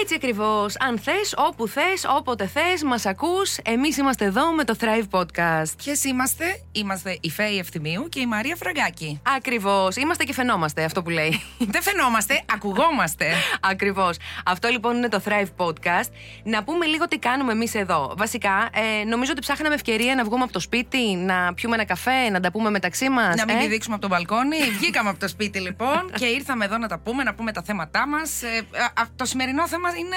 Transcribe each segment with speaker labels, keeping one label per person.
Speaker 1: Έτσι ακριβώς. Αν θες, όπου θες, όποτε θες, μας ακούς. Εμείς είμαστε εδώ με το Thrive Podcast.
Speaker 2: Ποιες είμαστε, είμαστε η Φέη Ευθυμίου και η Μαρία Φραγκάκη.
Speaker 1: Ακριβώς. Είμαστε και φαινόμαστε, αυτό που λέει.
Speaker 2: Δεν φαινόμαστε, ακουγόμαστε.
Speaker 1: Ακριβώς. Αυτό λοιπόν είναι το Thrive Podcast. Να πούμε λίγο τι κάνουμε εμείς εδώ. Βασικά, ε, νομίζω ότι ψάχναμε ευκαιρία να βγούμε από το σπίτι, να πιούμε ένα καφέ, να τα πούμε μεταξύ μας.
Speaker 2: Να μην
Speaker 1: ε?
Speaker 2: πηδήξουμε από το μπαλκόνι. Βγήκαμε από το σπίτι λοιπόν και ήρθαμε εδώ να τα πούμε, να πούμε τα θέματά μας. Ε, το σημερινό θέμα είναι.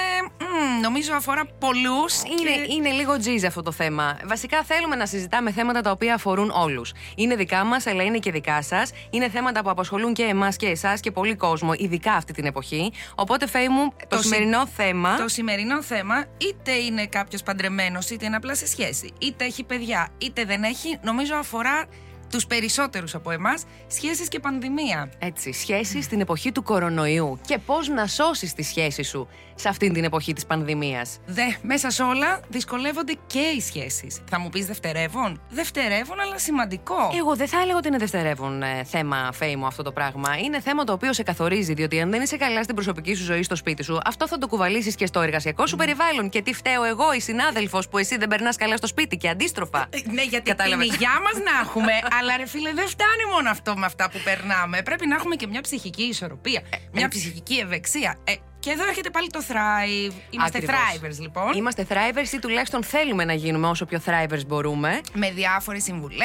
Speaker 2: μ, νομίζω αφορά πολλούς.
Speaker 1: Είναι, είναι λίγο τζιζ αυτό το θέμα. Βασικά θέλουμε να συζητάμε θέματα τα οποία αφορούν όλους. Είναι δικά μας, αλλά είναι και δικά σας. Είναι θέματα που απασχολούν και εμάς και εσάς και πολύ κόσμο, ειδικά αυτή την εποχή. Οπότε, Φέη μου, το,
Speaker 2: Το συ-
Speaker 1: σημερινό θέμα.
Speaker 2: Το σημερινό θέμα, είτε είναι κάποιος παντρεμένος, είτε είναι απλά σε σχέση, είτε έχει παιδιά, είτε δεν έχει, νομίζω αφορά τους περισσότερους από εμάς, σχέσεις και πανδημία.
Speaker 1: Έτσι, σχέσεις στην εποχή του κορονοϊού και πώς να σώσεις τη σχέση σου σε αυτήν την εποχή της πανδημίας.
Speaker 2: Δε, μέσα σε όλα δυσκολεύονται και οι σχέσεις. Θα μου πεις δευτερεύον. Δευτερεύον, αλλά σημαντικό.
Speaker 1: Εγώ δεν θα έλεγα ότι είναι δευτερεύον ε, θέμα, Φέη μου, αυτό το πράγμα. Είναι θέμα το οποίο σε καθορίζει, διότι αν δεν είσαι καλά στην προσωπική σου ζωή, στο σπίτι σου, αυτό θα το κουβαλήσεις και στο εργασιακό σου περιβάλλον. Και τι φταίω εγώ, η συνάδελφος που εσύ δεν περνάς καλά στο σπίτι και αντίστροφα.
Speaker 2: Ε, Ναι, γιατί
Speaker 1: Κατάλαβες.
Speaker 2: την υγειά μας να έχουμε, αλλά ρε φίλε, δεν φτάνει μόνο αυτό με αυτά που περνάμε. Πρέπει να έχουμε και μια ψυχική ισορροπία, μια
Speaker 1: έτσι.
Speaker 2: ψυχική ευεξία. Ε, και εδώ έρχεται πάλι το Thrive. Είμαστε
Speaker 1: Ακριβώς.
Speaker 2: Thrivers, λοιπόν.
Speaker 1: Είμαστε thrivers ή τουλάχιστον θέλουμε να γίνουμε όσο πιο thrivers μπορούμε. Ε,
Speaker 2: με διάφορε συμβουλέ,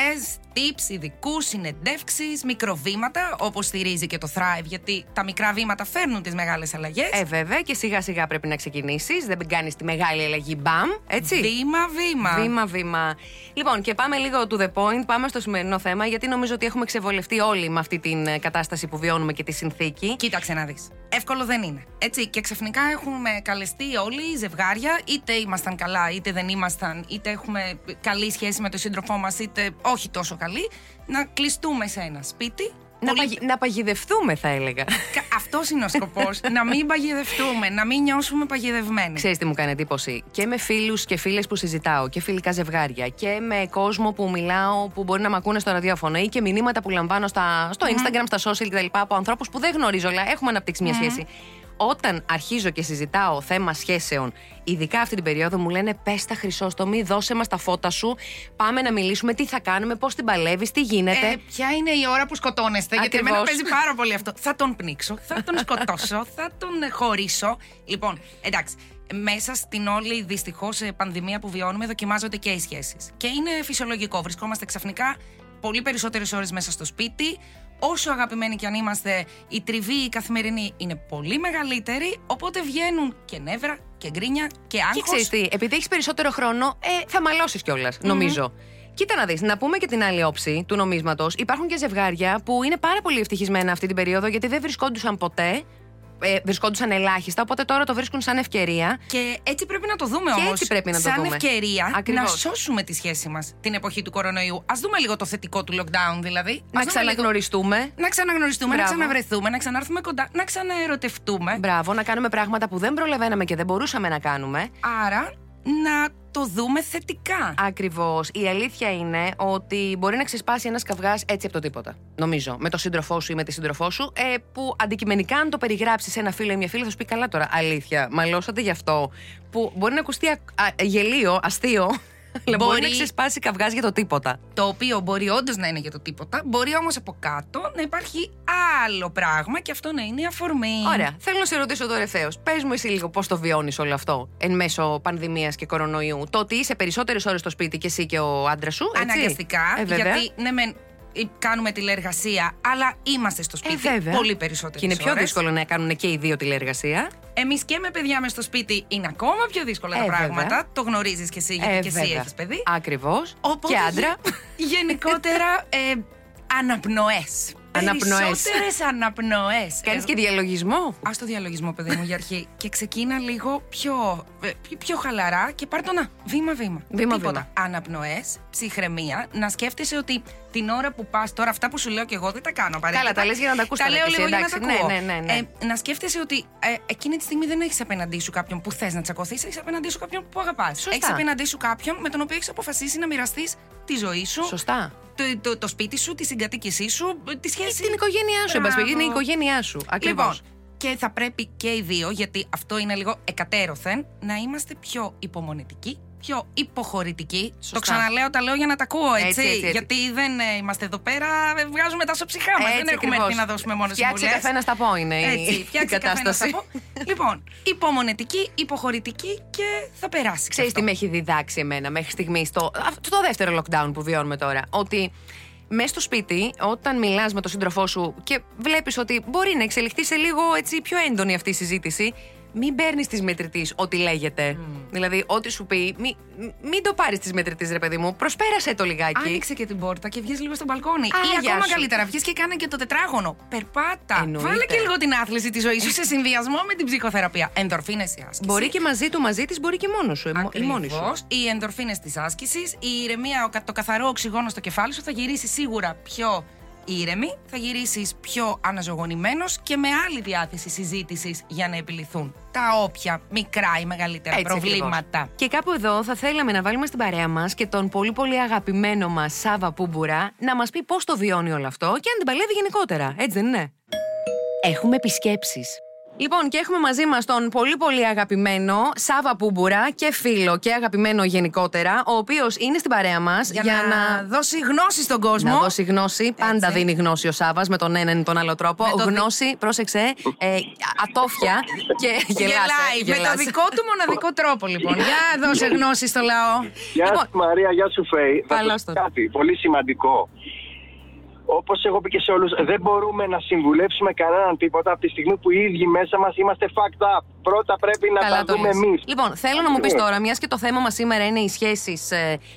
Speaker 2: tips, ειδικούς, συνεντεύξεις, μικροβήματα, όπως στηρίζει και το Thrive, γιατί τα μικρά βήματα φέρνουν τις μεγάλες αλλαγές.
Speaker 1: Ε, βέβαια, και σιγά σιγά πρέπει να ξεκινήσεις. Δεν κάνεις τη μεγάλη αλλαγή μπαμ, έτσι.
Speaker 2: Βήμα-βήμα.
Speaker 1: Βήμα, βήμα. Λοιπόν, και πάμε λίγο to the point, πάμε στο σημερινό θέμα, γιατί νομίζω ότι έχουμε ξεβολευτεί όλοι με αυτή την ε, κατάσταση που βιώνουμε και τη συνθήκη.
Speaker 2: Κοίταξε να δεις. Εύκολο δεν είναι. Έτσι, και ξαφνικά έχουμε καλεστεί όλοι ζευγάρια, είτε ήμασταν καλά, είτε δεν ήμασταν, είτε έχουμε καλή σχέση με τον σύντροφό μας, είτε όχι τόσο καλή, να κλειστούμε σε ένα σπίτι.
Speaker 1: Να, παγι- να παγιδευτούμε, θα έλεγα.
Speaker 2: Αυτός είναι ο σκοπός. να μην παγιδευτούμε, να μην νιώσουμε παγιδευμένοι.
Speaker 1: Ξέρεις τι μου κάνει εντύπωση. Και με φίλους και φίλες που συζητάω και φιλικά ζευγάρια και με κόσμο που μιλάω που μπορεί να μ' ακούνε στο ραδιόφωνο ή και μηνύματα που λαμβάνω στα, στο Instagram, στα social κτλ. από ανθρώπους που δεν γνωρίζω, αλλά έχουμε αναπτύξει μια σχέση. Όταν αρχίζω και συζητάω θέμα σχέσεων, ειδικά αυτή την περίοδο, μου λένε Πες τα χρυσόστομη, δώσε μας τα φώτα σου. Πάμε να μιλήσουμε, τι θα κάνουμε, πώς την παλεύεις, τι γίνεται.
Speaker 2: Ε, ποια είναι η ώρα που σκοτώνεστε, γιατί
Speaker 1: Ακριβώς.
Speaker 2: εμένα παίζει πάρα πολύ αυτό. Θα τον πνίξω, θα τον σκοτώσω, θα τον ε, χωρίσω. Λοιπόν, εντάξει, μέσα στην όλη δυστυχώς πανδημία που βιώνουμε, δοκιμάζονται και οι σχέσεις. Και είναι φυσιολογικό. Βρισκόμαστε ξαφνικά πολύ περισσότερες ώρες μέσα στο σπίτι. Όσο αγαπημένοι κι αν είμαστε, η τριβή η καθημερινή είναι πολύ μεγαλύτερη. Οπότε βγαίνουν και νεύρα και γκρίνια και
Speaker 1: Και
Speaker 2: άγχος.
Speaker 1: ξέρεις τι, επειδή έχεις περισσότερο χρόνο, ε, θα μαλώσεις κιόλας, νομίζω. Κοίτα να δεις, να πούμε και την άλλη όψη του νομίσματος. Υπάρχουν και ζευγάρια που είναι πάρα πολύ ευτυχισμένα αυτή την περίοδο γιατί δεν βρισκόντουσαν ποτέ. Ε, βρισκόντουσαν ελάχιστα, οπότε τώρα το βρίσκουν σαν ευκαιρία.
Speaker 2: Και έτσι πρέπει να το δούμε
Speaker 1: Και
Speaker 2: όμω.
Speaker 1: έτσι πρέπει να το
Speaker 2: σαν
Speaker 1: δούμε.
Speaker 2: ευκαιρία
Speaker 1: Ακριβώς.
Speaker 2: να σώσουμε τη σχέση μας την εποχή του κορονοϊού. Ας δούμε λίγο το θετικό του lockdown, δηλαδή. Ας
Speaker 1: Να
Speaker 2: δούμε λίγο-
Speaker 1: ξαναγνωριστούμε.
Speaker 2: Να ξαναγνωριστούμε,
Speaker 1: Μπράβο.
Speaker 2: να ξαναβρεθούμε, να ξανάρθουμε κοντά, να ξαναερωτευτούμε.
Speaker 1: Μπράβο, να κάνουμε πράγματα που δεν προλαβαίναμε και δεν μπορούσαμε να κάνουμε.
Speaker 2: Άρα να το δούμε θετικά.
Speaker 1: Ακριβώς. Η αλήθεια είναι ότι μπορεί να ξεσπάσει ένας καυγάς έτσι από το τίποτα. Νομίζω. Με το σύντροφό σου ή με τη σύντροφό σου. Ε, που αντικειμενικά, αν το περιγράψεις σε ένα φίλο ή μια φίλη, θα σου πει καλά τώρα. Αλήθεια. Μαλώσατε γι' αυτό. Που μπορεί να ακουστεί α, α- γελίο, αστείο. Αλλά μπορεί
Speaker 2: Μπορεί.
Speaker 1: να ξεσπάσει καυγάς για το τίποτα.
Speaker 2: Το οποίο μπορεί όντως να είναι για το τίποτα, μπορεί όμως από κάτω να υπάρχει άλλο πράγμα και αυτό να είναι η αφορμή.
Speaker 1: Ωραία. Θέλω να σε ρωτήσω τώρα ευθέω. Πες μου εσύ λίγο πώς το βιώνεις όλο αυτό εν μέσω πανδημίας και κορονοϊού. Το ότι είσαι περισσότερες ώρες στο σπίτι και εσύ και ο άντρας σου. Έτσι?
Speaker 2: Αναγκαστικά.
Speaker 1: Ε, βέβαια.
Speaker 2: γιατί ναι, μεν, ε, κάνουμε τηλεργασία, αλλά είμαστε στο
Speaker 1: Ε,
Speaker 2: σπίτι
Speaker 1: βέβαια.
Speaker 2: πολύ περισσότερο.
Speaker 1: Και είναι πιο δύσκολο να κάνουν και οι δύο τηλεργασία.
Speaker 2: Εμείς και με παιδιά μες στο σπίτι είναι ακόμα πιο δύσκολα
Speaker 1: Ε,
Speaker 2: τα
Speaker 1: βέβαια.
Speaker 2: πράγματα. Το γνωρίζεις κι εσύ, γιατί
Speaker 1: Ε,
Speaker 2: κι εσύ
Speaker 1: βέβαια.
Speaker 2: έχεις παιδί.
Speaker 1: Ακριβώς.
Speaker 2: Οπότε
Speaker 1: Και άντρα.
Speaker 2: γε- γενικότερα ε, αναπνοές.
Speaker 1: Αναπνοές.
Speaker 2: Περισσότερες αναπνοές.
Speaker 1: Κάνεις και διαλογισμό.
Speaker 2: Ας το διαλογισμό, παιδί μου, για αρχή. και ξεκίνα λίγο πιο, ε, πιο- πιο χαλαρά και πάρ' το να. Βήμα-βήμα.
Speaker 1: Βήμα-βήμα.
Speaker 2: Τίποτα. Αναπνοές, ψυχραιμία, να σκέφτεσαι ότι την ώρα που πας τώρα, αυτά που σου λέω και εγώ δεν τα κάνω απαραίτητα.
Speaker 1: Καλά, τα λες για να τα ακούς
Speaker 2: Τα
Speaker 1: τώρα
Speaker 2: λέω
Speaker 1: κι εσύ,
Speaker 2: λίγο για να τα
Speaker 1: εντάξει.
Speaker 2: ακούω.
Speaker 1: Ναι, ναι, ναι, ναι.
Speaker 2: Ε, να σκέφτεσαι ότι ε, εκείνη τη στιγμή δεν έχεις απέναντί σου κάποιον που θες να τσακωθείς, έχεις απέναντί σου κάποιον που αγαπάς.
Speaker 1: Σωστά.
Speaker 2: Έχεις απέναντί σου κάποιον με τον οποίο έχεις αποφασίσει να μοιραστείς τη ζωή σου,
Speaker 1: Σωστά.
Speaker 2: το, το, το σπίτι σου, τη συγκατοίκησή σου, ε, τη σχέση.
Speaker 1: Την οικογένειά σου, εν πάση περιπτώσει, είναι η
Speaker 2: Μπράβο.
Speaker 1: οικογένειά σου. Ακριβώ.
Speaker 2: Λοιπόν, και θα πρέπει και οι δύο, γιατί αυτό είναι λίγο εκατέρωθεν, να είμαστε πιο υπομονετικοί, πιο υποχωρητικοί.
Speaker 1: Σωστά.
Speaker 2: Το ξαναλέω, τα λέω για να τα ακούω, έτσι.
Speaker 1: Έτσι, έτσι, έτσι.
Speaker 2: Γιατί δεν ε, είμαστε εδώ πέρα, ε, βγάζουμε τα σοψυχά μας.
Speaker 1: Έτσι
Speaker 2: Δεν έχουμε
Speaker 1: ακριβώς.
Speaker 2: έρθει να δώσουμε μόνο
Speaker 1: Φτιάξε
Speaker 2: συμβουλές.
Speaker 1: καφέ να στα πω είναι η- η
Speaker 2: Έτσι, φτιάξε καφέ να
Speaker 1: κατάσταση.
Speaker 2: στα πω. λοιπόν, υπομονετική, υποχωρητική και θα περάσει.
Speaker 1: Ξέρεις
Speaker 2: αυτό.
Speaker 1: τι με έχει διδάξει εμένα μέχρι στιγμή στο, αυ- στο δεύτερο lockdown που βιώνουμε τώρα. Ότι μέσα στο σπίτι, όταν μιλάς με τον σύντροφό σου και βλέπεις ότι μπορεί να εξελιχθεί σε λίγο έτσι, πιο έντονη αυτή η συζήτηση, μην παίρνεις της μετρητής ό,τι
Speaker 2: Mm.
Speaker 1: λέγεται. Δηλαδή, ό,τι σου πει, μη- μη- μην το πάρεις της μετρητής, ρε παιδί μου. Προσπέρασε το λιγάκι.
Speaker 2: Άνοιξε και την πόρτα και βγες λίγο στο μπαλκόνι.
Speaker 1: Α,
Speaker 2: ή
Speaker 1: γεια
Speaker 2: ακόμα
Speaker 1: σου.
Speaker 2: καλύτερα, βγες και κάνε και το τετράγωνο. Περπάτα.
Speaker 1: Εννοείται.
Speaker 2: Βάλε και λίγο την άθληση της ζωής σου σε συνδυασμό με την ψυχοθεραπεία. Ενδορφίνες η άσκηση.
Speaker 1: Μπορεί και μαζί του, μαζί της, μπορεί και μόνος σου. ε, μο- ή μόνη σου.
Speaker 2: Ακριβώς. Οι ενδορφίνες της άσκησης, η ηρεμία, ο κα- το καθαρό οξυγόνο στο κεφάλι σου θα γυρίσει σίγουρα πιο ήρεμη, θα γυρίσεις πιο αναζωογονημένος και με άλλη διάθεση συζήτησης για να επιληθούν τα όποια μικρά ή μεγαλύτερα
Speaker 1: Έτσι ακριβώς.
Speaker 2: προβλήματα.
Speaker 1: Και κάπου εδώ θα θέλαμε να βάλουμε στην παρέα μας και τον πολύ πολύ αγαπημένο μας Σάβα Πούμπουρα να μας πει πώς το βιώνει όλο αυτό και αν την παλεύει γενικότερα. Έτσι δεν είναι. Έχουμε επισκέψεις. Λοιπόν, και έχουμε μαζί μας τον πολύ πολύ αγαπημένο Σάβα Πούμπουρα και φίλο και αγαπημένο γενικότερα, ο οποίος είναι στην παρέα μας
Speaker 2: Για, να, δώσει γνώση στον κόσμο.
Speaker 1: να δώσει γνώση. Πάντα δίνει γνώση ο Σάβας με τον έναν ή τον άλλο τρόπο.
Speaker 2: Με το δι-
Speaker 1: γνώση, πρόσεξε, ε, ατόφια και γελάς, ε,
Speaker 2: Γελάει. Με
Speaker 1: γελάς.
Speaker 2: το δικό του μοναδικό τρόπο, λοιπόν. Για δώσε γνώση στο λαό.
Speaker 3: Γεια
Speaker 1: Λοιπόν.
Speaker 3: σου Μαρία, γεια σου Φέη. Θα
Speaker 1: Καλώς
Speaker 3: σου πω
Speaker 1: τον.
Speaker 3: κάτι πολύ σημαντικό. Όπως έχω πει και σε όλους, δεν μπορούμε να συμβουλεύσουμε κανέναν τίποτα από τη στιγμή που οι ίδιοι μέσα μας είμαστε fucked up. Πρώτα πρέπει να
Speaker 1: Καλά
Speaker 3: τα
Speaker 1: το
Speaker 3: δούμε
Speaker 1: λες.
Speaker 3: εμείς.
Speaker 1: Λοιπόν, θέλω να μου πεις τώρα, μιας και το θέμα μας σήμερα είναι οι σχέσεις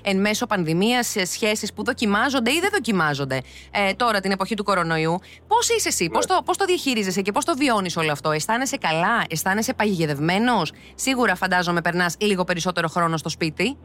Speaker 1: εν μέσω πανδημίας, σχέσεις που δοκιμάζονται ή δεν δοκιμάζονται ε, τώρα την εποχή του κορονοϊού. Πώς είσαι εσύ, πώς
Speaker 3: Ναι.
Speaker 1: το, πώς το διαχειρίζεσαι και πώς το βιώνεις όλο αυτό, Αισθάνεσαι καλά, αισθάνεσαι παγιδευμένο. Σίγουρα φαντάζομαι περνάς λίγο περισσότερο χρόνο στο σπίτι.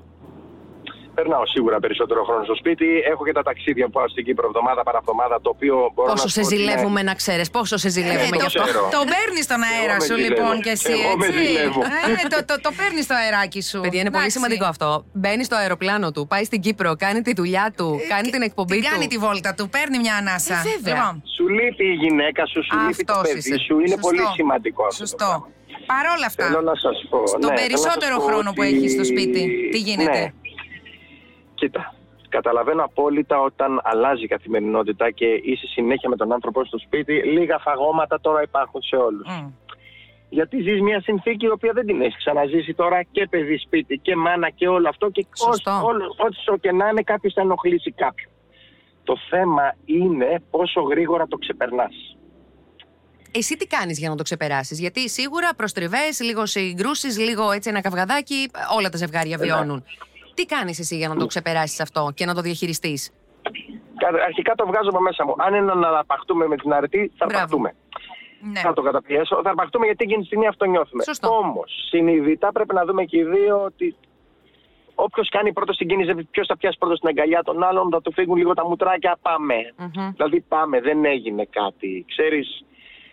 Speaker 3: Περνάω σίγουρα περισσότερο χρόνο στο σπίτι. Έχω και τα ταξίδια που πάω στην Κύπρο εβδομάδα παραβδομάδα, το οποίο μπορώ
Speaker 1: πόσο σε
Speaker 3: να. σου πω ότι είναι-
Speaker 1: ζηλεύουμε, να ξέρεις, πόσο σε
Speaker 3: Ε,
Speaker 1: ζηλεύουμε
Speaker 3: το
Speaker 1: γι' αυτό.
Speaker 3: ξέρω. Ε,
Speaker 2: Το παίρνεις στον αέρα
Speaker 3: με
Speaker 2: σου,
Speaker 3: ζηλεύω.
Speaker 2: λοιπόν, και εσύ.
Speaker 3: Εγώ με
Speaker 2: έτσι.
Speaker 3: ζηλεύω.
Speaker 2: Ε, το το, το παίρνεις στο αεράκι σου.
Speaker 1: Παιδιά, είναι πολύ
Speaker 2: Εντάξει.
Speaker 1: σημαντικό αυτό. Μπαίνεις στο αεροπλάνο του, πάει στην Κύπρο, κάνει τη δουλειά του, κάνει την εκπομπή
Speaker 2: Ε, Την
Speaker 1: του.
Speaker 2: κάνει τη βόλτα του, παίρνει μια ανάσα. Λοιπόν,
Speaker 1: Ε, βέβαια.
Speaker 3: Σου λείπει η γυναίκα σου, σου λείπει το
Speaker 2: αυτός
Speaker 3: παιδί
Speaker 2: είσαι.
Speaker 3: σου. Είναι
Speaker 2: Σωστό.
Speaker 3: πολύ σημαντικό αυτό. το
Speaker 2: Σωστό.
Speaker 3: πράγμα.
Speaker 2: Παρ' όλα αυτά,
Speaker 3: Θέλω να σας πω.
Speaker 2: στον
Speaker 3: ναι, θέλω να
Speaker 2: περισσότερο
Speaker 3: σας πω
Speaker 2: χρόνο που
Speaker 3: ότι-
Speaker 2: έχεις στο σπίτι, τι γίνεται?
Speaker 3: Ναι. Κοίτα, καταλαβαίνω απόλυτα όταν αλλάζει η καθημερινότητα και είσαι συνέχεια με τον άνθρωπό σου στο σπίτι, λίγα φαγώματα τώρα υπάρχουν σε όλους.
Speaker 2: μ,
Speaker 3: Γιατί ζεις μια συνθήκη η οποία δεν την έχεις ξαναζήσει τώρα και παιδί σπίτι και μάνα και όλο αυτό και
Speaker 1: Σωστό.
Speaker 3: ό- όλο- όσο και να είναι κάποιος θα ενοχλήσει κάποιον. Το θέμα είναι πόσο γρήγορα το ξεπερνάς.
Speaker 1: Εσύ τι κάνεις για να το ξεπεράσεις, Γιατί σίγουρα προστριβές, λίγο συγκρούσεις, λίγο έτσι ένα καυγαδάκι, όλα τα ζευγάρια βιώνουν. Τι κάνεις εσύ για να το ξεπεράσεις αυτό και να το διαχειριστείς.
Speaker 3: Κα- Αρχικά το βγάζω από μέσα μου. Αν είναι να αναπαχτούμε με την αρετή, θα
Speaker 1: Μπράβο.
Speaker 3: αρπαχτούμε.
Speaker 2: ναι.
Speaker 3: Θα το καταπιέσω. Θα αρπαχτούμε γιατί εκείνη τη στιγμή αυτό νιώθουμε.
Speaker 1: Σωστό.
Speaker 3: Όμως, συνειδητά πρέπει να δούμε και οι δύο ότι όποιος κάνει πρώτο την κίνηση, ποιος θα πιάσει πρώτο την αγκαλιά των άλλων, θα του φύγουν λίγο τα μουτράκια. Πάμε. Δηλαδή, πάμε, δεν έγινε κάτι. Ξέρεις,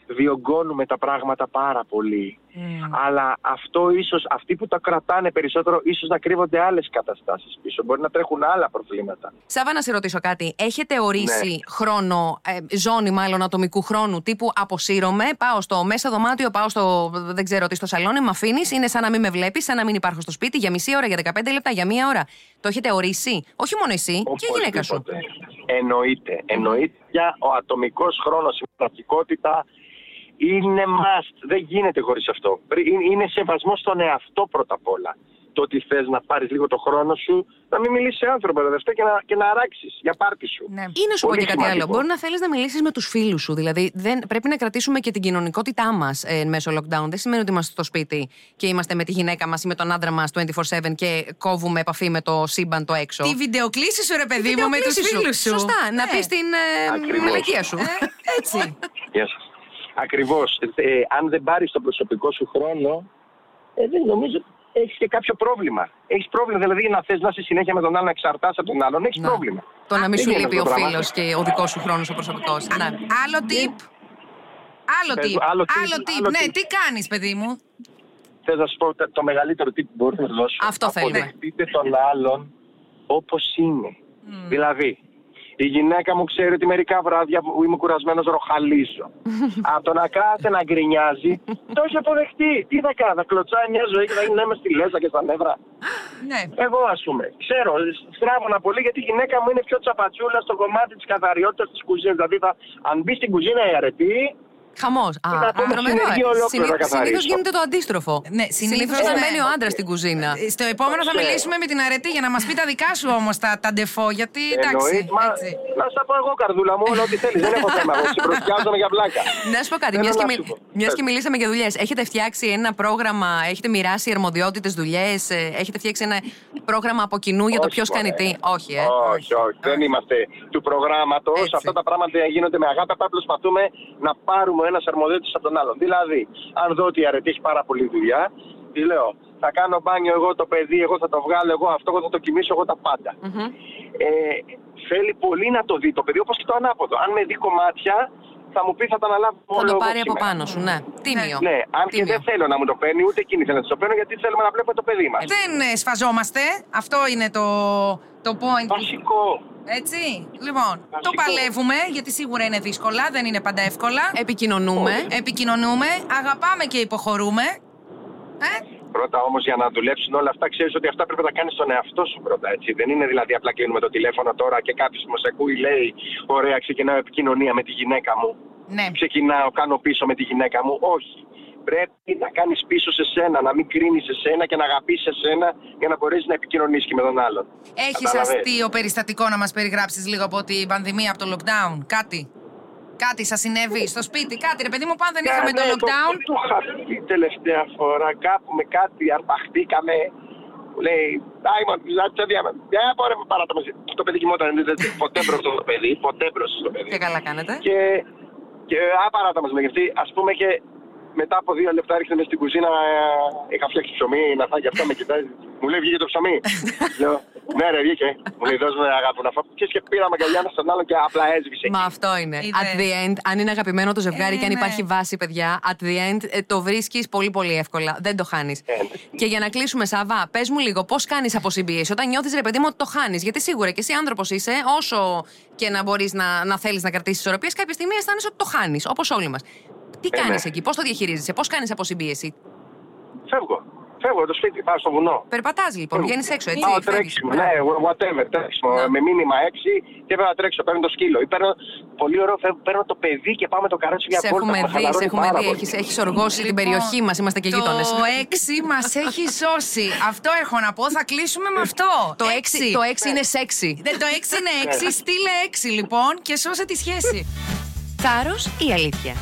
Speaker 3: διωγγώνουμε τα πράγματα πάρα πολύ. Αλλά αυτό ίσως, αυτοί που τα κρατάνε περισσότερο, ίσως να κρύβονται άλλες καταστάσεις πίσω. Μπορεί να τρέχουν άλλα προβλήματα.
Speaker 1: Σάβα, να σε ρωτήσω κάτι. Έχετε ορίσει χρόνο, ε, ζώνη μάλλον ατομικού χρόνου, τύπου αποσύρωμαι, πάω στο μέσα δωμάτιο, πάω στο. δεν ξέρω τι, στο σαλόνι, με αφήνεις, είναι σαν να μην με βλέπεις, σαν να μην υπάρχω στο σπίτι για μισή ώρα, για 15 λεπτά, για μία ώρα. Το έχετε ορίσει, όχι μόνο εσύ, και η γυναίκα σου.
Speaker 3: Οπωσδήποτε. Εννοείται. Εννοείται πια ο ατομικός χρόνος, η πραγματικότητα είναι must. Δεν γίνεται χωρίς αυτό. Πρι- Είναι σεβασμός στον εαυτό πρώτα απ' όλα. το ότι θες να πάρεις λίγο το χρόνο σου, να μην μιλήσεις σε άνθρωπο ρε, δευτέ, και να, και να αράξεις για πάρτι σου.
Speaker 2: Ναι.
Speaker 1: Ή να σου πω
Speaker 3: Πολύ
Speaker 1: και κάτι
Speaker 3: σημαντικό.
Speaker 1: άλλο. Μπορεί να θέλεις να μιλήσεις με τους φίλους σου. Δηλαδή, δεν, πρέπει να κρατήσουμε και την κοινωνικότητά μας εν μέσω lockdown. Δεν σημαίνει ότι είμαστε στο σπίτι και είμαστε με τη γυναίκα μας ή με τον άντρα μας 24-7 και κόβουμε επαφή με το σύμπαν το έξω.
Speaker 2: Τη βιντεοκλήση σου, ρε παιδί μου, με του
Speaker 1: Βιντεοκλήσεις
Speaker 2: φίλους σου.
Speaker 1: Σωστά. Να
Speaker 2: Ναι.
Speaker 1: πεις την ε,
Speaker 3: Ακριβώς.
Speaker 1: μαλακία σου.
Speaker 2: Ε, έτσι.
Speaker 3: Γεια σας. Ακριβώς. Ε, αν δεν πάρεις τον προσωπικό σου χρόνο, ε, δεν νομίζω ότι έχεις και κάποιο πρόβλημα. Έχεις πρόβλημα, δηλαδή να θες να είσαι συνέχεια με τον άλλον, να εξαρτάσαι από τον άλλον, έχεις
Speaker 1: Να.
Speaker 3: πρόβλημα.
Speaker 1: Ναι. Το να μην
Speaker 3: Δεν
Speaker 1: σου
Speaker 3: γίνεται
Speaker 1: λείπει ο
Speaker 3: αυτό Ε, το πράγμα.
Speaker 1: φίλος και ο δικός σου χρόνος ο Ναι. προσωπικό.
Speaker 2: Άλλο tip. Άλλο
Speaker 3: Ε, Πες
Speaker 2: tip.
Speaker 3: μου, άλλο tip,
Speaker 2: Άλλο tip.
Speaker 3: άλλο
Speaker 2: Ναι,
Speaker 3: tip.
Speaker 2: τι κάνεις, παιδί μου.
Speaker 3: Θέλω να σου πω το- το μεγαλύτερο τι που μπορώ να δώσω.
Speaker 1: Αυτό θέλουμε.
Speaker 3: Αποδεχτείτε τον άλλον όπως είναι. Δηλαδή, η γυναίκα μου ξέρει ότι μερικά βράδια που είμαι κουρασμένος ροχαλίζω. Από το να κάθεται να γκρινιάζει, το έχει αποδεχτεί. Τι θα κάνω, θα κλωτσάει μια ζωή και θα είναι με στη λέζα και στα νεύρα.
Speaker 2: Ναι.
Speaker 3: Εγώ, ας πούμε, ξέρω, στράβωνα πολύ γιατί η γυναίκα μου είναι πιο τσαπατσούλα στο κομμάτι της καθαριότητας της κουζίνας. Δηλαδή, θα, αν μπει στην κουζίνα η αρετή,
Speaker 1: Χαμός.
Speaker 3: Να πούμε συνεργείο ολόκληρο να καθαρίσω.
Speaker 1: Συνήθως γίνεται το αντίστροφο.
Speaker 2: Ναι, συνήθως,
Speaker 1: Συνήθως
Speaker 2: ναι.
Speaker 1: μπαίνει ο άντρας στην κουζίνα.
Speaker 2: Ε, Στο επόμενο θα
Speaker 3: Ναι.
Speaker 2: μιλήσουμε με την αρετή για να μας πει τα δικά σου όμως τα, τα ντεφό. Γιατί εντάξει.
Speaker 3: εννοείς, μα,
Speaker 2: έτσι.
Speaker 3: να στα πω εγώ, καρδούλα μου, όλα ό,τι θέλεις. Δεν έχω θέμα. Εγώ συμπροστιάζομαι για πλάκα.
Speaker 1: Να σου πω κάτι,
Speaker 3: Θέλω
Speaker 1: μιας και,
Speaker 3: να
Speaker 1: μι...
Speaker 3: σου πω.
Speaker 1: μιας
Speaker 3: Πες.
Speaker 1: και μιλήσαμε για δουλειές. Έχετε φτιάξει ένα πρόγραμμα, έχετε μοιράσει αρμοδιότητες δουλειές, έχετε φτιάξει ένα πρόγραμμα από κοινού για το
Speaker 3: Όχι,
Speaker 1: ποιος
Speaker 3: μωρέ.
Speaker 1: κάνει τι. Όχι, ε.
Speaker 3: Όχι, όχι. Δεν είμαστε του προγράμματος.
Speaker 1: Έτσι.
Speaker 3: Αυτά τα πράγματα γίνονται με αγάπη. Απλά προσπαθούμε να πάρουμε ο ένας αρμοδιότητας από τον άλλον. Δηλαδή, αν δω ότι η αρετή έχει πάρα πολλή δουλειά, τη λέω. Θα κάνω μπάνιο εγώ το παιδί, εγώ θα το βγάλω εγώ αυτό, εγώ θα το κοιμήσω εγώ τα πάντα.
Speaker 1: Μμμ.
Speaker 3: ε, θέλει πολύ να το δει το παιδί, όπως και το ανάποδο. Αν με δει κομμάτια, θα μου πεις θα τα αναλάβω
Speaker 1: Θα
Speaker 3: όλο
Speaker 1: το
Speaker 3: εγώ
Speaker 1: πάρει από
Speaker 3: σήμερα.
Speaker 1: πάνω σου, ναι. Τίμιο.
Speaker 3: Ναι, αν και
Speaker 1: Τίμιο.
Speaker 3: δεν θέλω να μου το παίρνει, ούτε εκείνη θέλει να της το παίρνω, γιατί θέλουμε να βλέπουμε το παιδί μας.
Speaker 2: Δεν ε, σφαζόμαστε. Αυτό είναι το, το point.
Speaker 3: Βασικό.
Speaker 2: Έτσι. Λοιπόν, το
Speaker 3: Βασικό.
Speaker 2: παλεύουμε γιατί σίγουρα είναι δύσκολα, δεν είναι πάντα εύκολα.
Speaker 1: Ε, Επικοινωνούμε.
Speaker 2: Επικοινωνούμε, αγαπάμε και υποχωρούμε. Ε,
Speaker 3: Πρώτα όμως για να δουλέψουν όλα αυτά, ξέρεις ότι αυτά πρέπει να κάνεις στον εαυτό σου πρώτα. Έτσι. Δεν είναι δηλαδή απλά κλείνουμε το τηλέφωνο τώρα και κάποιος μας ακούει, λέει: Ωραία, ξεκινάω επικοινωνία με τη γυναίκα μου.
Speaker 2: ναι.
Speaker 3: ξεκινάω, κάνω πίσω με τη γυναίκα μου. Όχι. Πρέπει να κάνεις πίσω σε σένα, να μην κρίνεις σε σένα και να αγαπήσεις σε σένα για να μπορέσεις να επικοινωνήσεις και με τον άλλον.
Speaker 2: Έχεις
Speaker 3: Κατάλαβες.
Speaker 2: αστείο περιστατικό να μας περιγράψεις λίγο από την πανδημία, από το lockdown. Κάτι. Κάτι σας συνέβη στο σπίτι, κάτι. Ρε παιδί μου, πάνε δεν είχαμε
Speaker 3: Ναι,
Speaker 2: το lockdown.
Speaker 3: Το, το είχα πει τελευταία φορά κάπου με κάτι αρπαχτήκαμε. Μου Λέει, Άιμον, ψάξα διάμα. Για πάρε με «Ε, παρά το μαζί. Το παιδί κοιμόταν, δεν- δεν- ποτέ μπροστά στο παιδί, ποτέ μπροστά στο παιδί.
Speaker 1: Και καλά κάνετε.
Speaker 3: Και, και απαράτα μας μεγευτεί. Ας πούμε και μετά από δύο λεπτά ρίχνε μες στην κουζίνα, ε, είχα φτιάξει ψωμί, να φάει και αυτά, με κοιτάζεις. Μου λέει, βγήκε το ψωμί. Λέω, ναι ρε, βγήκε. Μου λέει, δώσ' μου αγάπη να φάω. Και, και πήραμε αγκαλιά ένα στον άλλον και απλά έσβησε.
Speaker 1: Μα αυτό είναι. At
Speaker 2: Είδες.
Speaker 1: the end, αν είναι αγαπημένο το ζευγάρι
Speaker 2: Ε,
Speaker 1: και αν
Speaker 2: ναι.
Speaker 1: υπάρχει βάση, παιδιά, at the end ε, το βρίσκεις πολύ πολύ εύκολα. Δεν το χάνεις.
Speaker 3: Ε.
Speaker 1: Και για να κλείσουμε, Σάβα, πες μου λίγο πώς κάνεις αποσυμπίεση όταν νιώθεις ρε παιδί μου ότι το χάνεις. Γιατί σίγουρα και εσύ άνθρωπος είσαι, όσο και να μπορείς να, να θέλεις να κρατήσεις ισορροπίες, κάποια στιγμή αισθάνεσαι ότι το χάνεις, όπως όλοι μας. Τι
Speaker 3: Ε, ναι.
Speaker 1: κάνεις εκεί, πώς το διαχειρίζεσαι, πώς κάνεις αποσυμπίεση.
Speaker 3: Φεύγω. Φεύγω το σπίτι, πάω στο βουνό.
Speaker 1: Περπατάς λοιπόν, βγαίνεις έξω, έτσι.
Speaker 3: Ε, Πάω
Speaker 1: φεύγεις.
Speaker 3: τρέξιμο,
Speaker 1: Μπράβο.
Speaker 3: ναι, whatever, τρέξιμο.
Speaker 1: Ναι.
Speaker 3: Με μήνυμα 6 και πρέπει να τρέξω, παίρνω το σκύλο. Ή παίρνω, πολύ ωραίο, φεύγω, παίρνω το παιδί και πάμε το καράτσι για
Speaker 1: Σε
Speaker 3: βόλτα.
Speaker 1: έχουμε
Speaker 3: με
Speaker 1: δει, σε
Speaker 3: χαλαρώνει
Speaker 1: έχουμε
Speaker 3: πάρα
Speaker 1: δει,
Speaker 3: πολύ.
Speaker 1: έχεις, έχεις οργώσει την
Speaker 2: Λοιπόν,
Speaker 1: περιοχή μας, είμαστε και γείτονες.
Speaker 2: Το 6 μας έχει σώσει. αυτό έχω να πω. Θα κλείσουμε με αυτό.
Speaker 1: Το 6
Speaker 2: Έξι.
Speaker 1: το έξι είναι σεξι.
Speaker 2: Δεν, το 6 είναι 6. Στείλε 6 λοιπόν και σώσε τη σχέση.
Speaker 1: Κάρος ή αλήθεια.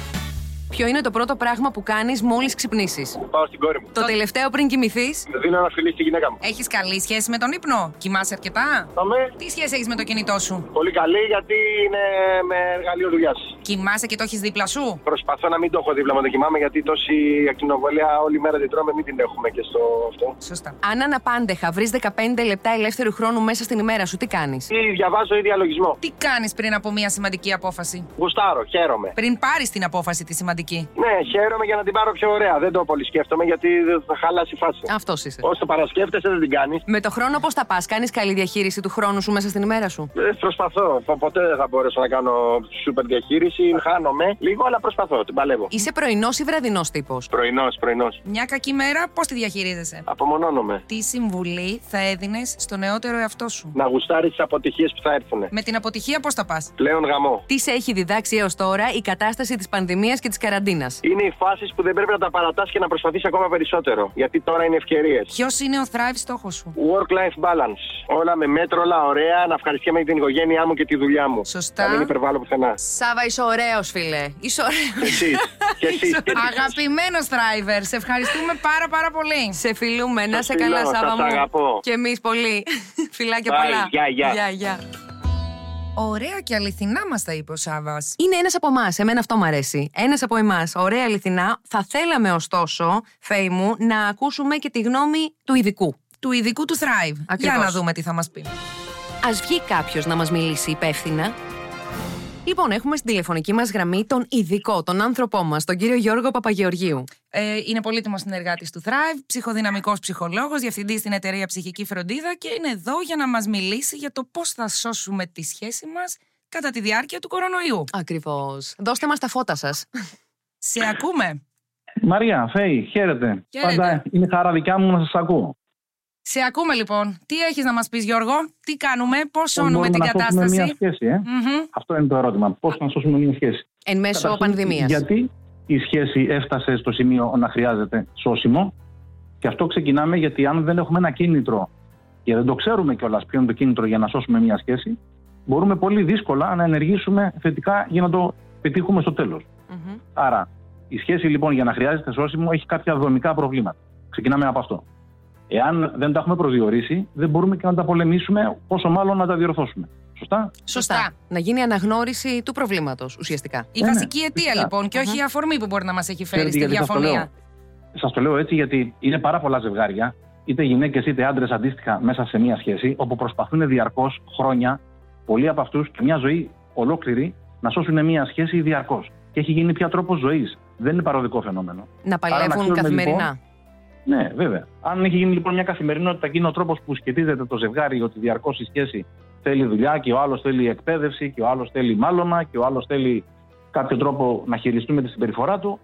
Speaker 1: Ποιο είναι το πρώτο πράγμα που κάνεις μόλις ξυπνήσεις.
Speaker 3: Πάω στην κόρη μου.
Speaker 1: Το τελευταίο πριν κοιμηθείς.
Speaker 3: Δίνω ένα φιλί στη γυναίκα μου.
Speaker 2: έχεις καλή σχέση με τον ύπνο. Κοιμάσαι αρκετά.
Speaker 3: Πάμε.
Speaker 2: Τι σχέση έχεις με το κινητό σου.
Speaker 3: Πολύ καλή γιατί είναι με εργαλείο δουλειάς.
Speaker 2: Κοιμάσαι και το έχεις δίπλα σου.
Speaker 3: Προσπαθώ να μην το έχω δίπλα μου, το κοιμάμαι γιατί τόση ακτινοβολία όλη μέρα την τρώμε, μην την έχουμε και στο αυτό.
Speaker 2: Σωστά.
Speaker 1: Αν αναπάντεχα βρεις 15 λεπτά ελεύθερου χρόνου μέσα στην ημέρα σου, τι κάνεις.
Speaker 3: Ή διαβάζω ή διαλογισμό.
Speaker 2: Τι κάνεις πριν από μια σημαντική απόφαση.
Speaker 3: Γουστάρω, χαίρομαι.
Speaker 2: Πριν πάρεις την απόφαση τη σημαντική.
Speaker 3: Ναι, χαίρομαι για να την πάρω πιο ωραία. Δεν το πολύ σκέφτομαι γιατί δεν θα χαλάσει η φάση.
Speaker 1: Αυτός είσαι.
Speaker 3: Όσο το παρασκέφτεσαι δεν την κάνεις.
Speaker 1: Με το χρόνο πώς θα πας, κάνεις καλή διαχείριση του χρόνου σου μέσα στην ημέρα σου.
Speaker 3: Ε, Προσπαθώ. Πο- Ποτέ δεν θα μπορέσω να κάνω σούπερ διαχείριση. Χάνομαι λίγο, αλλά προσπαθώ. Την παλεύω.
Speaker 1: Είσαι πρωινός ή βραδινός τύπος.
Speaker 3: Πρωινός, πρωινός.
Speaker 2: Μια κακή μέρα, πώς τη διαχειρίζεσαι.
Speaker 3: Απομονώνομαι.
Speaker 2: Τι συμβουλή θα έδινες στο νεότερο εαυτό σου.
Speaker 3: Να γουστάρεις τις αποτυχίες που θα έρθουν.
Speaker 2: Με την αποτυχία, πώς θα πας.
Speaker 3: Πλέον γαμό.
Speaker 1: Τι σε έχει διδάξει έως τώρα η κατάσταση της πανδημίας και της καραντίνας.
Speaker 3: Είναι οι φάσεις που δεν πρέπει να τα παρατάς και να προσπαθείς ακόμα περισσότερο. Γιατί τώρα είναι ευκαιρίες.
Speaker 2: Ποιος είναι ο thrive στόχος σου.
Speaker 3: Work-life balance. Όλα με μέτρο, όλα ωραία. Να ευχαριστιέμαι την οικογένειά μου και τη δουλειά μου.
Speaker 2: Σωστά.
Speaker 3: Να μην υπερβάλλω πουθενά.
Speaker 1: Σάβα, είσαι ωραίος, φίλε. Είσαι ωραίος.
Speaker 3: Εσύ. και εσύ.
Speaker 2: Αγαπημένος thriver, σε ευχαριστούμε πάρα πάρα πολύ.
Speaker 1: Σε φιλούμε. Να
Speaker 3: Σας
Speaker 1: σε καλά,
Speaker 3: φιλώ,
Speaker 1: Σάβα
Speaker 3: σας
Speaker 1: μου.
Speaker 3: αγαπώ.
Speaker 1: Και εμείς πολύ. Φιλάκια
Speaker 3: Bye,
Speaker 1: πολλά.
Speaker 3: γεια, γεια.
Speaker 1: Γεια, γεια.
Speaker 2: Ωραία και αληθινά μας τα είπε ο Σάβα.
Speaker 1: Είναι ένας από εμάς. Εμένα αυτό μου αρέσει. Ένας από εμάς. Ωραία, αληθινά. Θα θέλαμε ωστόσο, Φέη μου, να ακούσουμε και τη γνώμη του ειδικού.
Speaker 2: Του ειδικού του Thrive. Για
Speaker 1: Ακριβώς.
Speaker 2: να δούμε τι θα μας πει.
Speaker 1: Ας βγει κάποιος να μας μιλήσει υπεύθυνα. Λοιπόν, έχουμε στην τηλεφωνική μας γραμμή τον ειδικό, τον άνθρωπό μας, τον κύριο Γιώργο Παπαγεωργίου.
Speaker 2: Ε, είναι πολύτιμος συνεργάτης του Thrive, ψυχοδυναμικός ψυχολόγος, διευθυντής στην εταιρεία Ψυχική Φροντίδα και είναι εδώ για να μας μιλήσει για το πώς θα σώσουμε τη σχέση μας κατά τη διάρκεια του κορονοϊού.
Speaker 1: Ακριβώς. Δώστε μας τα φώτα σας.
Speaker 2: Σε ακούμε.
Speaker 4: Μαρία, Φέη, χαίρετε.
Speaker 2: Χαίρετε.
Speaker 4: Πάντα είναι χαρά δικιά μου να σας ακούω.
Speaker 2: Σε ακούμε λοιπόν. Τι έχεις να μας πεις, Γιώργο, τι κάνουμε, πώς σώνουμε
Speaker 4: Μπορούμε
Speaker 2: την
Speaker 4: να σώσουμε
Speaker 2: κατάσταση. Mm.
Speaker 4: μια σχέση, ε?
Speaker 2: Μμμ.
Speaker 4: Αυτό είναι το ερώτημα. Πώς να σώσουμε μια σχέση.
Speaker 1: Εν
Speaker 2: Ε,
Speaker 1: μέσω
Speaker 4: Καταρχήν,
Speaker 1: πανδημίας.
Speaker 4: Γιατί η σχέση έφτασε στο σημείο να χρειάζεται σώσιμο. Και αυτό ξεκινάμε γιατί αν δεν έχουμε ένα κίνητρο και δεν το ξέρουμε κιόλας ποιο είναι το κίνητρο για να σώσουμε μια σχέση, μπορούμε πολύ δύσκολα να ενεργήσουμε θετικά για να το πετύχουμε στο τέλος. Άρα, η σχέση λοιπόν για να χρειάζεται σώσιμο έχει κάποια δομικά προβλήματα. Ξεκινάμε από αυτό. Εάν δεν τα έχουμε προσδιορίσει, δεν μπορούμε και να τα πολεμήσουμε, πόσο μάλλον να τα διορθώσουμε. Σωστά.
Speaker 2: Σωστά.
Speaker 1: Να γίνει αναγνώριση του προβλήματος ουσιαστικά.
Speaker 2: Η
Speaker 4: Ναι, ναι,
Speaker 2: βασική αιτία
Speaker 4: φυσικά.
Speaker 2: λοιπόν και όχι η αφορμή που μπορεί να μας έχει φέρει στη
Speaker 4: Ξέρετε γιατί σας το
Speaker 2: διαφωνία.
Speaker 4: Σας το λέω έτσι γιατί είναι πάρα πολλά ζευγάρια, είτε γυναίκες είτε άντρες αντίστοιχα, μέσα σε μία σχέση, όπου προσπαθούν διαρκώς χρόνια, πολλοί από αυτούς και μια ζωή ολόκληρη, να σώσουν μία σχέση διαρκώς. Και έχει γίνει πια τρόπος ζωής. Δεν είναι παροδικό φαινόμενο.
Speaker 1: Να
Speaker 4: Άρα να
Speaker 1: παλεύουν
Speaker 4: ξέρουμε, λοιπόν.
Speaker 1: καθημερινά.
Speaker 4: Ναι, βέβαια. Αν έχει γίνει λοιπόν μια καθημερινότητα και είναι ο τρόπος που σχετίζεται το ζευγάρι ότι διαρκώς η σχέση θέλει δουλειά και ο άλλος θέλει εκπαίδευση και ο άλλος θέλει μάλωμα και ο άλλος θέλει κάποιο τρόπο να χειριστούμε τη συμπεριφορά του,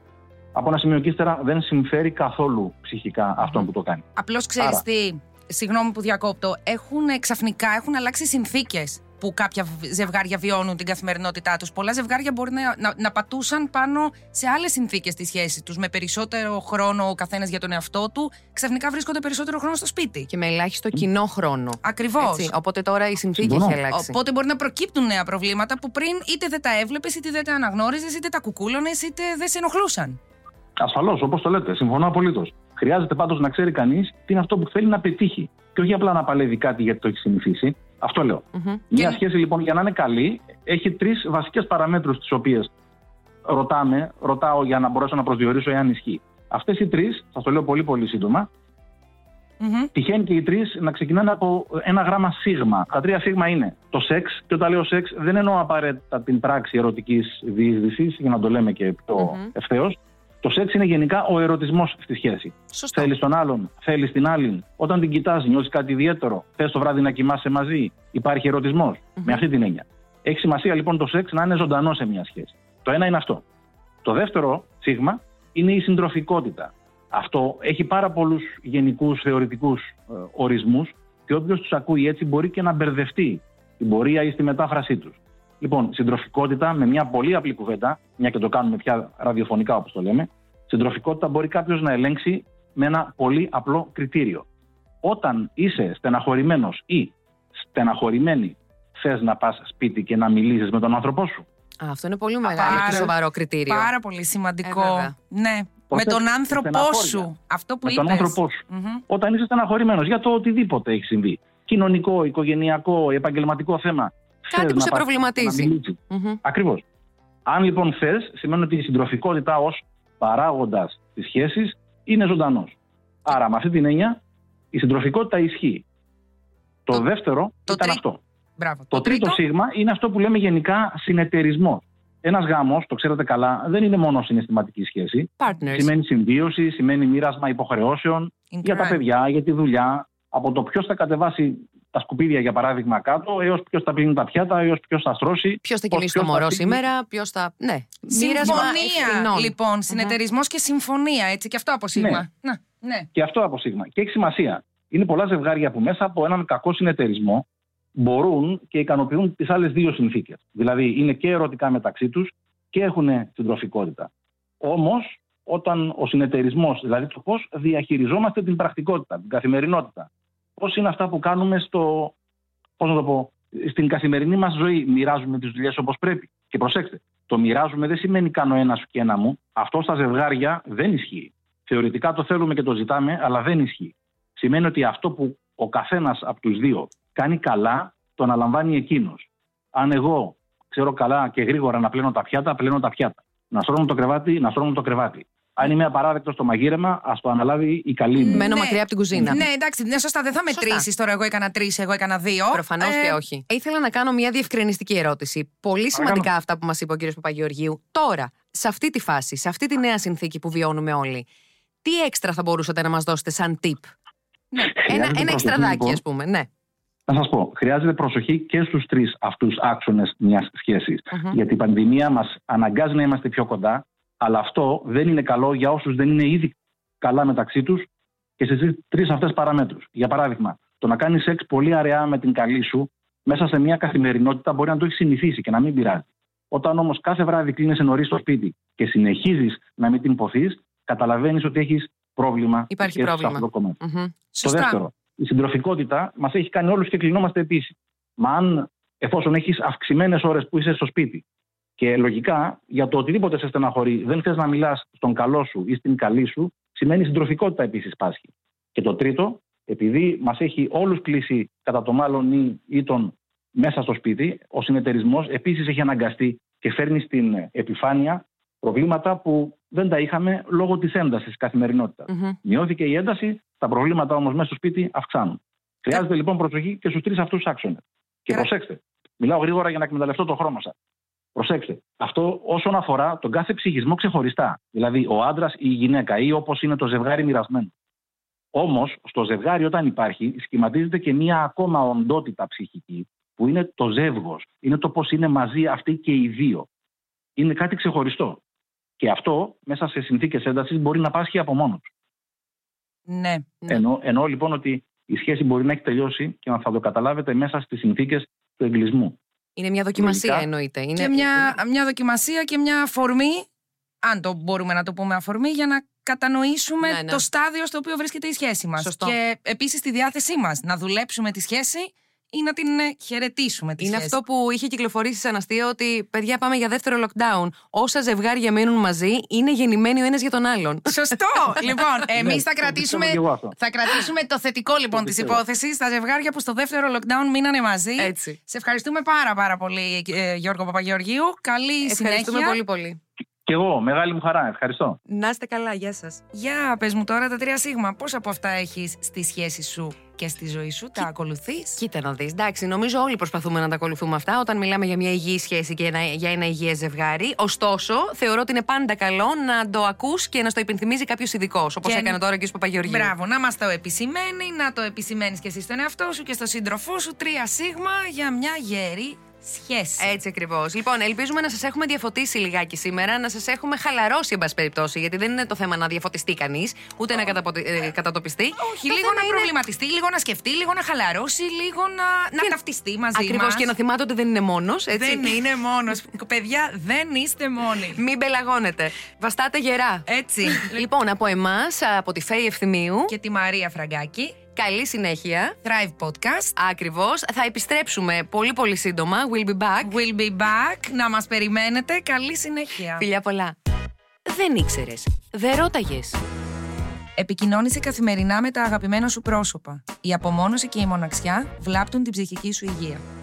Speaker 4: από ένα σημείο και ύστερα δεν συμφέρει καθόλου ψυχικά αυτόν που το κάνει.
Speaker 2: Απλώς ξέρεις
Speaker 4: Άρα.
Speaker 2: τι, συγγνώμη που διακόπτω, έχουν ε, ξαφνικά έχουν αλλάξει συνθήκες που κάποια β- ζευγάρια βιώνουν την καθημερινότητά τους. Πολλά ζευγάρια μπορεί να, να, να πατούσαν πάνω σε άλλες συνθήκες τη σχέση τους. Με περισσότερο χρόνο ο καθένας για τον εαυτό του, ξαφνικά βρίσκονται περισσότερο χρόνο στο σπίτι.
Speaker 1: Και με ελάχιστο κοινό χρόνο.
Speaker 2: Ακριβώς.
Speaker 1: Έτσι, οπότε τώρα η συνθήκη
Speaker 4: Συμφωνώ.
Speaker 1: έχει αλλάξει.
Speaker 2: Οπότε μπορεί να προκύπτουν νέα προβλήματα που πριν είτε δεν τα έβλεπες, είτε δεν τα αναγνώριζες, είτε τα κουκούλωνες, είτε δεν σε ενοχλούσαν.
Speaker 4: Ασφαλώς, όπως το λέτε, συμφωνώ απολύτως. Χρειάζεται πάντως να ξέρει κανείς τι είναι αυτό που θέλει να πετύχει. Και όχι απλά να παλεύει κάτι γιατί το έχει συνηθίσει. Αυτό λέω.
Speaker 1: Μμμ.
Speaker 4: Μια
Speaker 2: Και-
Speaker 4: σχέση λοιπόν για να είναι καλή έχει τρεις βασικές παραμέτρους τις οποίες ρωτάμε, ρωτάω για να μπορέσω να προσδιορίσω εάν ισχύει. Αυτές οι τρεις, θα το λέω πολύ πολύ σύντομα,
Speaker 2: Μμμ.
Speaker 4: τυχαίνει και οι τρεις να ξεκινάνε από ένα γράμμα σίγμα. Τα τρία σίγμα είναι το σεξ, και όταν λέω σεξ δεν εννοώ απαραίτητα την πράξη ερωτικής διείσδυσης, για να το λέμε και πιο
Speaker 1: Μμμ.
Speaker 4: ευθέως. Το σεξ είναι γενικά ο ερωτισμός στη σχέση.
Speaker 1: Σωστό.
Speaker 4: Θέλεις τον άλλον, θέλεις την άλλη. Όταν την κοιτάς, νιώθεις κάτι ιδιαίτερο. Θες το βράδυ να κοιμάσαι μαζί. Υπάρχει ερωτισμός. Με αυτή την έννοια. Έχει σημασία λοιπόν το σεξ να είναι ζωντανό σε μια σχέση. Το ένα είναι αυτό. Το δεύτερο σίγμα είναι η συντροφικότητα. Αυτό έχει πάρα πολλούς γενικούς θεωρητικούς ε, ορισμούς και όποιος τους ακούει έτσι μπορεί και να μπερδευτεί στην πορεία ή στη μετάφρασή τους. Λοιπόν, συντροφικότητα με μια πολύ απλή κουβέντα, μια και το κάνουμε πια ραδιοφωνικά όπως το λέμε, συντροφικότητα μπορεί κάποιος να ελέγξει με ένα πολύ απλό κριτήριο. Όταν είσαι στεναχωρημένος ή στεναχωρημένη, θες να πας σπίτι και να μιλήσεις με τον άνθρωπό σου.
Speaker 1: Α, αυτό είναι πολύ μεγάλο
Speaker 2: Πάρα-
Speaker 1: και σοβαρό κριτήριο.
Speaker 2: Πάρα πολύ σημαντικό.
Speaker 1: Ε, βέβαια.
Speaker 2: ναι.
Speaker 4: Ποτέ
Speaker 2: με τον
Speaker 4: δεν
Speaker 2: άνθρωπό
Speaker 4: στεναχώρια.
Speaker 2: σου. Αυτό που
Speaker 4: Με
Speaker 2: είπες.
Speaker 4: τον άνθρωπό σου.
Speaker 2: Μμμ.
Speaker 4: Όταν είσαι στεναχωρημένος για το οτιδήποτε έχει συμβεί. Κοινωνικό, οικογενειακό, επαγγελματικό θέμα.
Speaker 1: Κάτι
Speaker 4: θες
Speaker 1: που
Speaker 4: να
Speaker 1: σε
Speaker 4: πας
Speaker 1: προβληματίζει.
Speaker 4: να μιλήσεις.
Speaker 1: Μμμ.
Speaker 4: Ακριβώς. Αν λοιπόν θες, σημαίνει ότι η συντροφικότητα ως παράγοντας της σχέσης είναι ζωντανός. Άρα, με αυτή την έννοια, η συντροφικότητα ισχύει. Το,
Speaker 2: Το-
Speaker 4: δεύτερο
Speaker 2: το
Speaker 4: ήταν
Speaker 2: τρί-
Speaker 4: αυτό.
Speaker 2: Μπράβο.
Speaker 4: Το τρίτο σίγμα είναι αυτό που λέμε γενικά συνεταιρισμό. Ένας γάμος, το ξέρετε καλά, δεν είναι μόνο συναισθηματική σχέση.
Speaker 1: Partners.
Speaker 4: Σημαίνει συμβίωση, σημαίνει μοίρασμα υποχρεώσεων,
Speaker 2: In
Speaker 4: για τα
Speaker 2: crime.
Speaker 4: παιδιά, για τη δουλειά. Από το ποιος θα κατεβάσει τα σκουπίδια, για παράδειγμα, κάτω, έως ποιος θα πλύνει τα πιάτα, έως ποιος θα στρώσει.
Speaker 1: Ποιος θα
Speaker 4: Πώς-
Speaker 1: κινήσει το
Speaker 4: ποιος θα
Speaker 1: μωρό
Speaker 4: φύγει.
Speaker 1: σήμερα, ποιος θα. Ναι. Μοίρασμα
Speaker 2: Συμφωνία,
Speaker 1: ευθυνών.
Speaker 2: λοιπόν. Συνεταιρισμός και συμφωνία, έτσι. Και αυτό από σίγμα. Ναι. ναι.
Speaker 4: Και αυτό από σίγμα. Και έχει σημασία. Είναι πολλά ζευγάρια που μέσα από έναν κακό συνεταιρισμό μπορούν και ικανοποιούν τις άλλες δύο συνθήκες. Δηλαδή είναι και ερωτικά μεταξύ τους και έχουν συντροφικότητα. Όμως, όταν ο συνεταιρισμός, δηλαδή το πώς διαχειριζόμαστε την πρακτικότητα, την καθημερινότητα, πώς είναι αυτά που κάνουμε στο. Πώς να το πω, στην καθημερινή μας ζωή, μοιράζουμε τις δουλειές όπως πρέπει. Και προσέξτε, το μοιράζουμε δεν σημαίνει κάνω ένας σου και ένα μου. Αυτό στα ζευγάρια δεν ισχύει. Θεωρητικά το θέλουμε και το ζητάμε, αλλά δεν ισχύει. Σημαίνει ότι αυτό που ο καθένας από τους δύο κάνει καλά, το αναλαμβάνει εκείνος. Αν εγώ ξέρω καλά και γρήγορα να πλένω τα πιάτα, πλένω τα πιάτα. Να στρώνω το κρεβάτι, να στρώνω το κρεβάτι. Αν είμαι απαράδεκτος στο μαγείρεμα, ας το αναλάβει η καλή μου.
Speaker 1: Μένω μακριά από την κουζίνα.
Speaker 2: Ναι, εντάξει, ναι, σωστά. Δεν θα μετρήσεις τώρα. Εγώ έκανα τρεις, εγώ έκανα δύο.
Speaker 1: Προφανώς
Speaker 2: Ε,
Speaker 1: και όχι. Ήθελα να κάνω μια διευκρινιστική ερώτηση. Πολύ σημαντικά αυτά που μας είπε ο κύριος Παπαγεωργίου. Τώρα, σε αυτή τη φάση, σε αυτή τη νέα συνθήκη που βιώνουμε όλοι, τι έξτρα θα μπορούσατε να μας δώσετε σαν tip. Ναι, ένα,
Speaker 4: Χρειάζεται
Speaker 1: ένα
Speaker 4: προσοχή,
Speaker 1: εξτραδάκι,
Speaker 4: λοιπόν.
Speaker 1: ας πούμε. Ναι.
Speaker 4: Να σας πω, χρειάζεται προσοχή και στους τρεις αυτούς άξονες μιας σχέσης.
Speaker 1: Μμμ.
Speaker 4: Γιατί η πανδημία μας αναγκάζει να είμαστε πιο κοντά, αλλά αυτό δεν είναι καλό για όσους δεν είναι ήδη καλά μεταξύ τους και στι τρεις αυτές παραμέτρους. Για παράδειγμα, το να κάνεις σεξ πολύ αραιά με την καλή σου μέσα σε μια καθημερινότητα μπορεί να το έχεις συνηθίσει και να μην πειράζει. Όταν όμως κάθε βράδυ κλείνεσαι νωρίς στο σπίτι και συνεχίζεις να μην την ποθείς, καταλαβαίνεις ότι έχεις πρόβλημα.
Speaker 1: Υπάρχει
Speaker 4: και σε αυτό
Speaker 1: πρόβλημα.
Speaker 4: το κομμάτι.
Speaker 1: Μμμ.
Speaker 2: Σωστά.
Speaker 4: Το δεύτερο, η συντροφικότητα μας έχει κάνει όλους και κλεινόμαστε επίσης. Μα αν, εφόσον έχεις αυξημένες ώρες που είσαι στο σπίτι και λογικά για το οτιδήποτε σε στεναχωρεί, δεν θες να μιλάς στον καλό σου ή στην καλή σου, σημαίνει συντροφικότητα επίσης πάσχει. Και το τρίτο, επειδή μας έχει όλους κλείσει κατά το μάλλον ή, ή τον μέσα στο σπίτι, ο συνεταιρισμός επίσης έχει αναγκαστεί και φέρνει στην επιφάνεια προβλήματα που δεν τα είχαμε λόγω της έντασης καθημερινότητα.
Speaker 1: Μμμ.
Speaker 4: Μειώθηκε η ένταση, τα προβλήματα όμως μέσα στο σπίτι αυξάνουν. Χρειάζεται λοιπόν προσοχή και στους τρεις αυτούς άξονες. Και
Speaker 2: Κα-
Speaker 4: προσέξτε, μιλάω γρήγορα για να εκμεταλλευτώ το χρόνο σας. Προσέξτε, αυτό όσον αφορά τον κάθε ψυχισμό ξεχωριστά. Δηλαδή, ο άντρας ή η γυναίκα ή όπως είναι το ζευγάρι μοιρασμένο. Όμως, στο ζευγάρι, όταν υπάρχει, σχηματίζεται και μία ακόμα οντότητα ψυχική, που είναι το ζεύγος. Είναι το πώς είναι μαζί αυτοί και οι δύο. Είναι κάτι ξεχωριστό. Και αυτό, μέσα σε συνθήκες έντασης, μπορεί να πάσχει από μόνος του.
Speaker 2: Ναι.
Speaker 1: Ναι.
Speaker 4: Εννοώ, εννοώ λοιπόν ότι η σχέση μπορεί να έχει τελειώσει και να θα το καταλάβετε μέσα στις συνθήκες του εγκλισμού.
Speaker 1: Είναι μια δοκιμασία,
Speaker 4: Λογικά.
Speaker 1: εννοείται. Είναι...
Speaker 2: Και μια, μια δοκιμασία και μια αφορμή, αν το μπορούμε να το πούμε αφορμή, για να κατανοήσουμε
Speaker 1: Ναι, ναι.
Speaker 2: το στάδιο στο οποίο βρίσκεται η σχέση μας.
Speaker 1: Σωστό.
Speaker 2: Και επίσης τη διάθεσή μας να δουλέψουμε τη σχέση ή να την ε, χαιρετήσουμε τη
Speaker 1: Είναι
Speaker 2: σχέση.
Speaker 1: αυτό που είχε κυκλοφορήσει σαν αστείο ότι παιδιά πάμε για δεύτερο lockdown. Όσα ζευγάρια μένουν μαζί είναι γεννημένοι ο ένας για τον άλλον.
Speaker 2: Σωστό! λοιπόν, εμεί
Speaker 4: Ναι,
Speaker 2: θα
Speaker 4: το
Speaker 2: κρατήσουμε.
Speaker 4: πιστεύω και εγώ αυτό.
Speaker 2: Θα κρατήσουμε το θετικό λοιπόν της
Speaker 4: πιστεύω.
Speaker 2: υπόθεσης. Τα ζευγάρια που στο δεύτερο lockdown μείνανε μαζί.
Speaker 1: Έτσι.
Speaker 2: Σε ευχαριστούμε πάρα πάρα πολύ, ε, Γιώργο Παπαγεωργίου. Καλή
Speaker 1: Ευχαριστούμε
Speaker 2: συνέχεια.
Speaker 1: πολύ πολύ.
Speaker 4: Και εγώ, μεγάλη μου χαρά. Ευχαριστώ.
Speaker 1: Να είστε καλά, γεια σας.
Speaker 2: Για πες μου τώρα τα τρία σίγμα. Πόσα από αυτά έχεις στη σχέση σου και στη ζωή σου, τα ακολουθείς.
Speaker 1: Κοίτα να δεις. Εντάξει, νομίζω όλοι προσπαθούμε να τα ακολουθούμε αυτά όταν μιλάμε για μια υγιή σχέση και ένα- για ένα υγιές ζευγάρι. Ωστόσο, θεωρώ ότι είναι πάντα καλό να το ακούς και να στο υπενθυμίζει κάποιος ειδικός, όπως
Speaker 2: Και-
Speaker 1: έκανε τώρα ο κ. Παπαγεωργίου.
Speaker 2: Μπράβο, να μας το επισημαίνει, να το επισημαίνεις και εσύ στον εαυτό σου και στον σύντροφό σου. Τρία σίγμα για μια γερή σχέση.
Speaker 1: Έτσι ακριβώς. Λοιπόν, ελπίζουμε να σας έχουμε διαφωτίσει λιγάκι σήμερα, να σας έχουμε χαλαρώσει, εν πάση περιπτώσει, γιατί δεν είναι το θέμα να διαφωτιστεί κανείς, ούτε να καταποτε- ε, κατατοπιστεί.
Speaker 2: Όχι, λίγο να προβληματιστεί, λίγο να σκεφτεί, λίγο να χαλαρώσει, λίγο να, να ταυτιστεί μαζί
Speaker 1: Ακριβώς
Speaker 2: μας.
Speaker 1: και να θυμάται ότι δεν είναι μόνος.
Speaker 2: Δεν είναι μόνος. Παιδιά, δεν είστε μόνοι.
Speaker 1: Μην πελαγώνετε. Βαστάτε γερά.
Speaker 2: Έτσι.
Speaker 1: Λοιπόν, από εμάς, από τη Φέη Ευθυμίου,
Speaker 2: και τη Μαρία Φραγκάκη,
Speaker 1: καλή συνέχεια.
Speaker 2: Thrive Podcast.
Speaker 1: Ακριβώς. Θα επιστρέψουμε πολύ πολύ σύντομα. We'll be back.
Speaker 2: We'll be back. Να μας περιμένετε. Καλή συνέχεια.
Speaker 1: Φιλιά πολλά. Δεν ήξερες. Δεν ρώταγες.
Speaker 2: Επικοινώνησε καθημερινά με τα αγαπημένα σου πρόσωπα. Η απομόνωση και η μοναξιά βλάπτουν την ψυχική σου υγεία.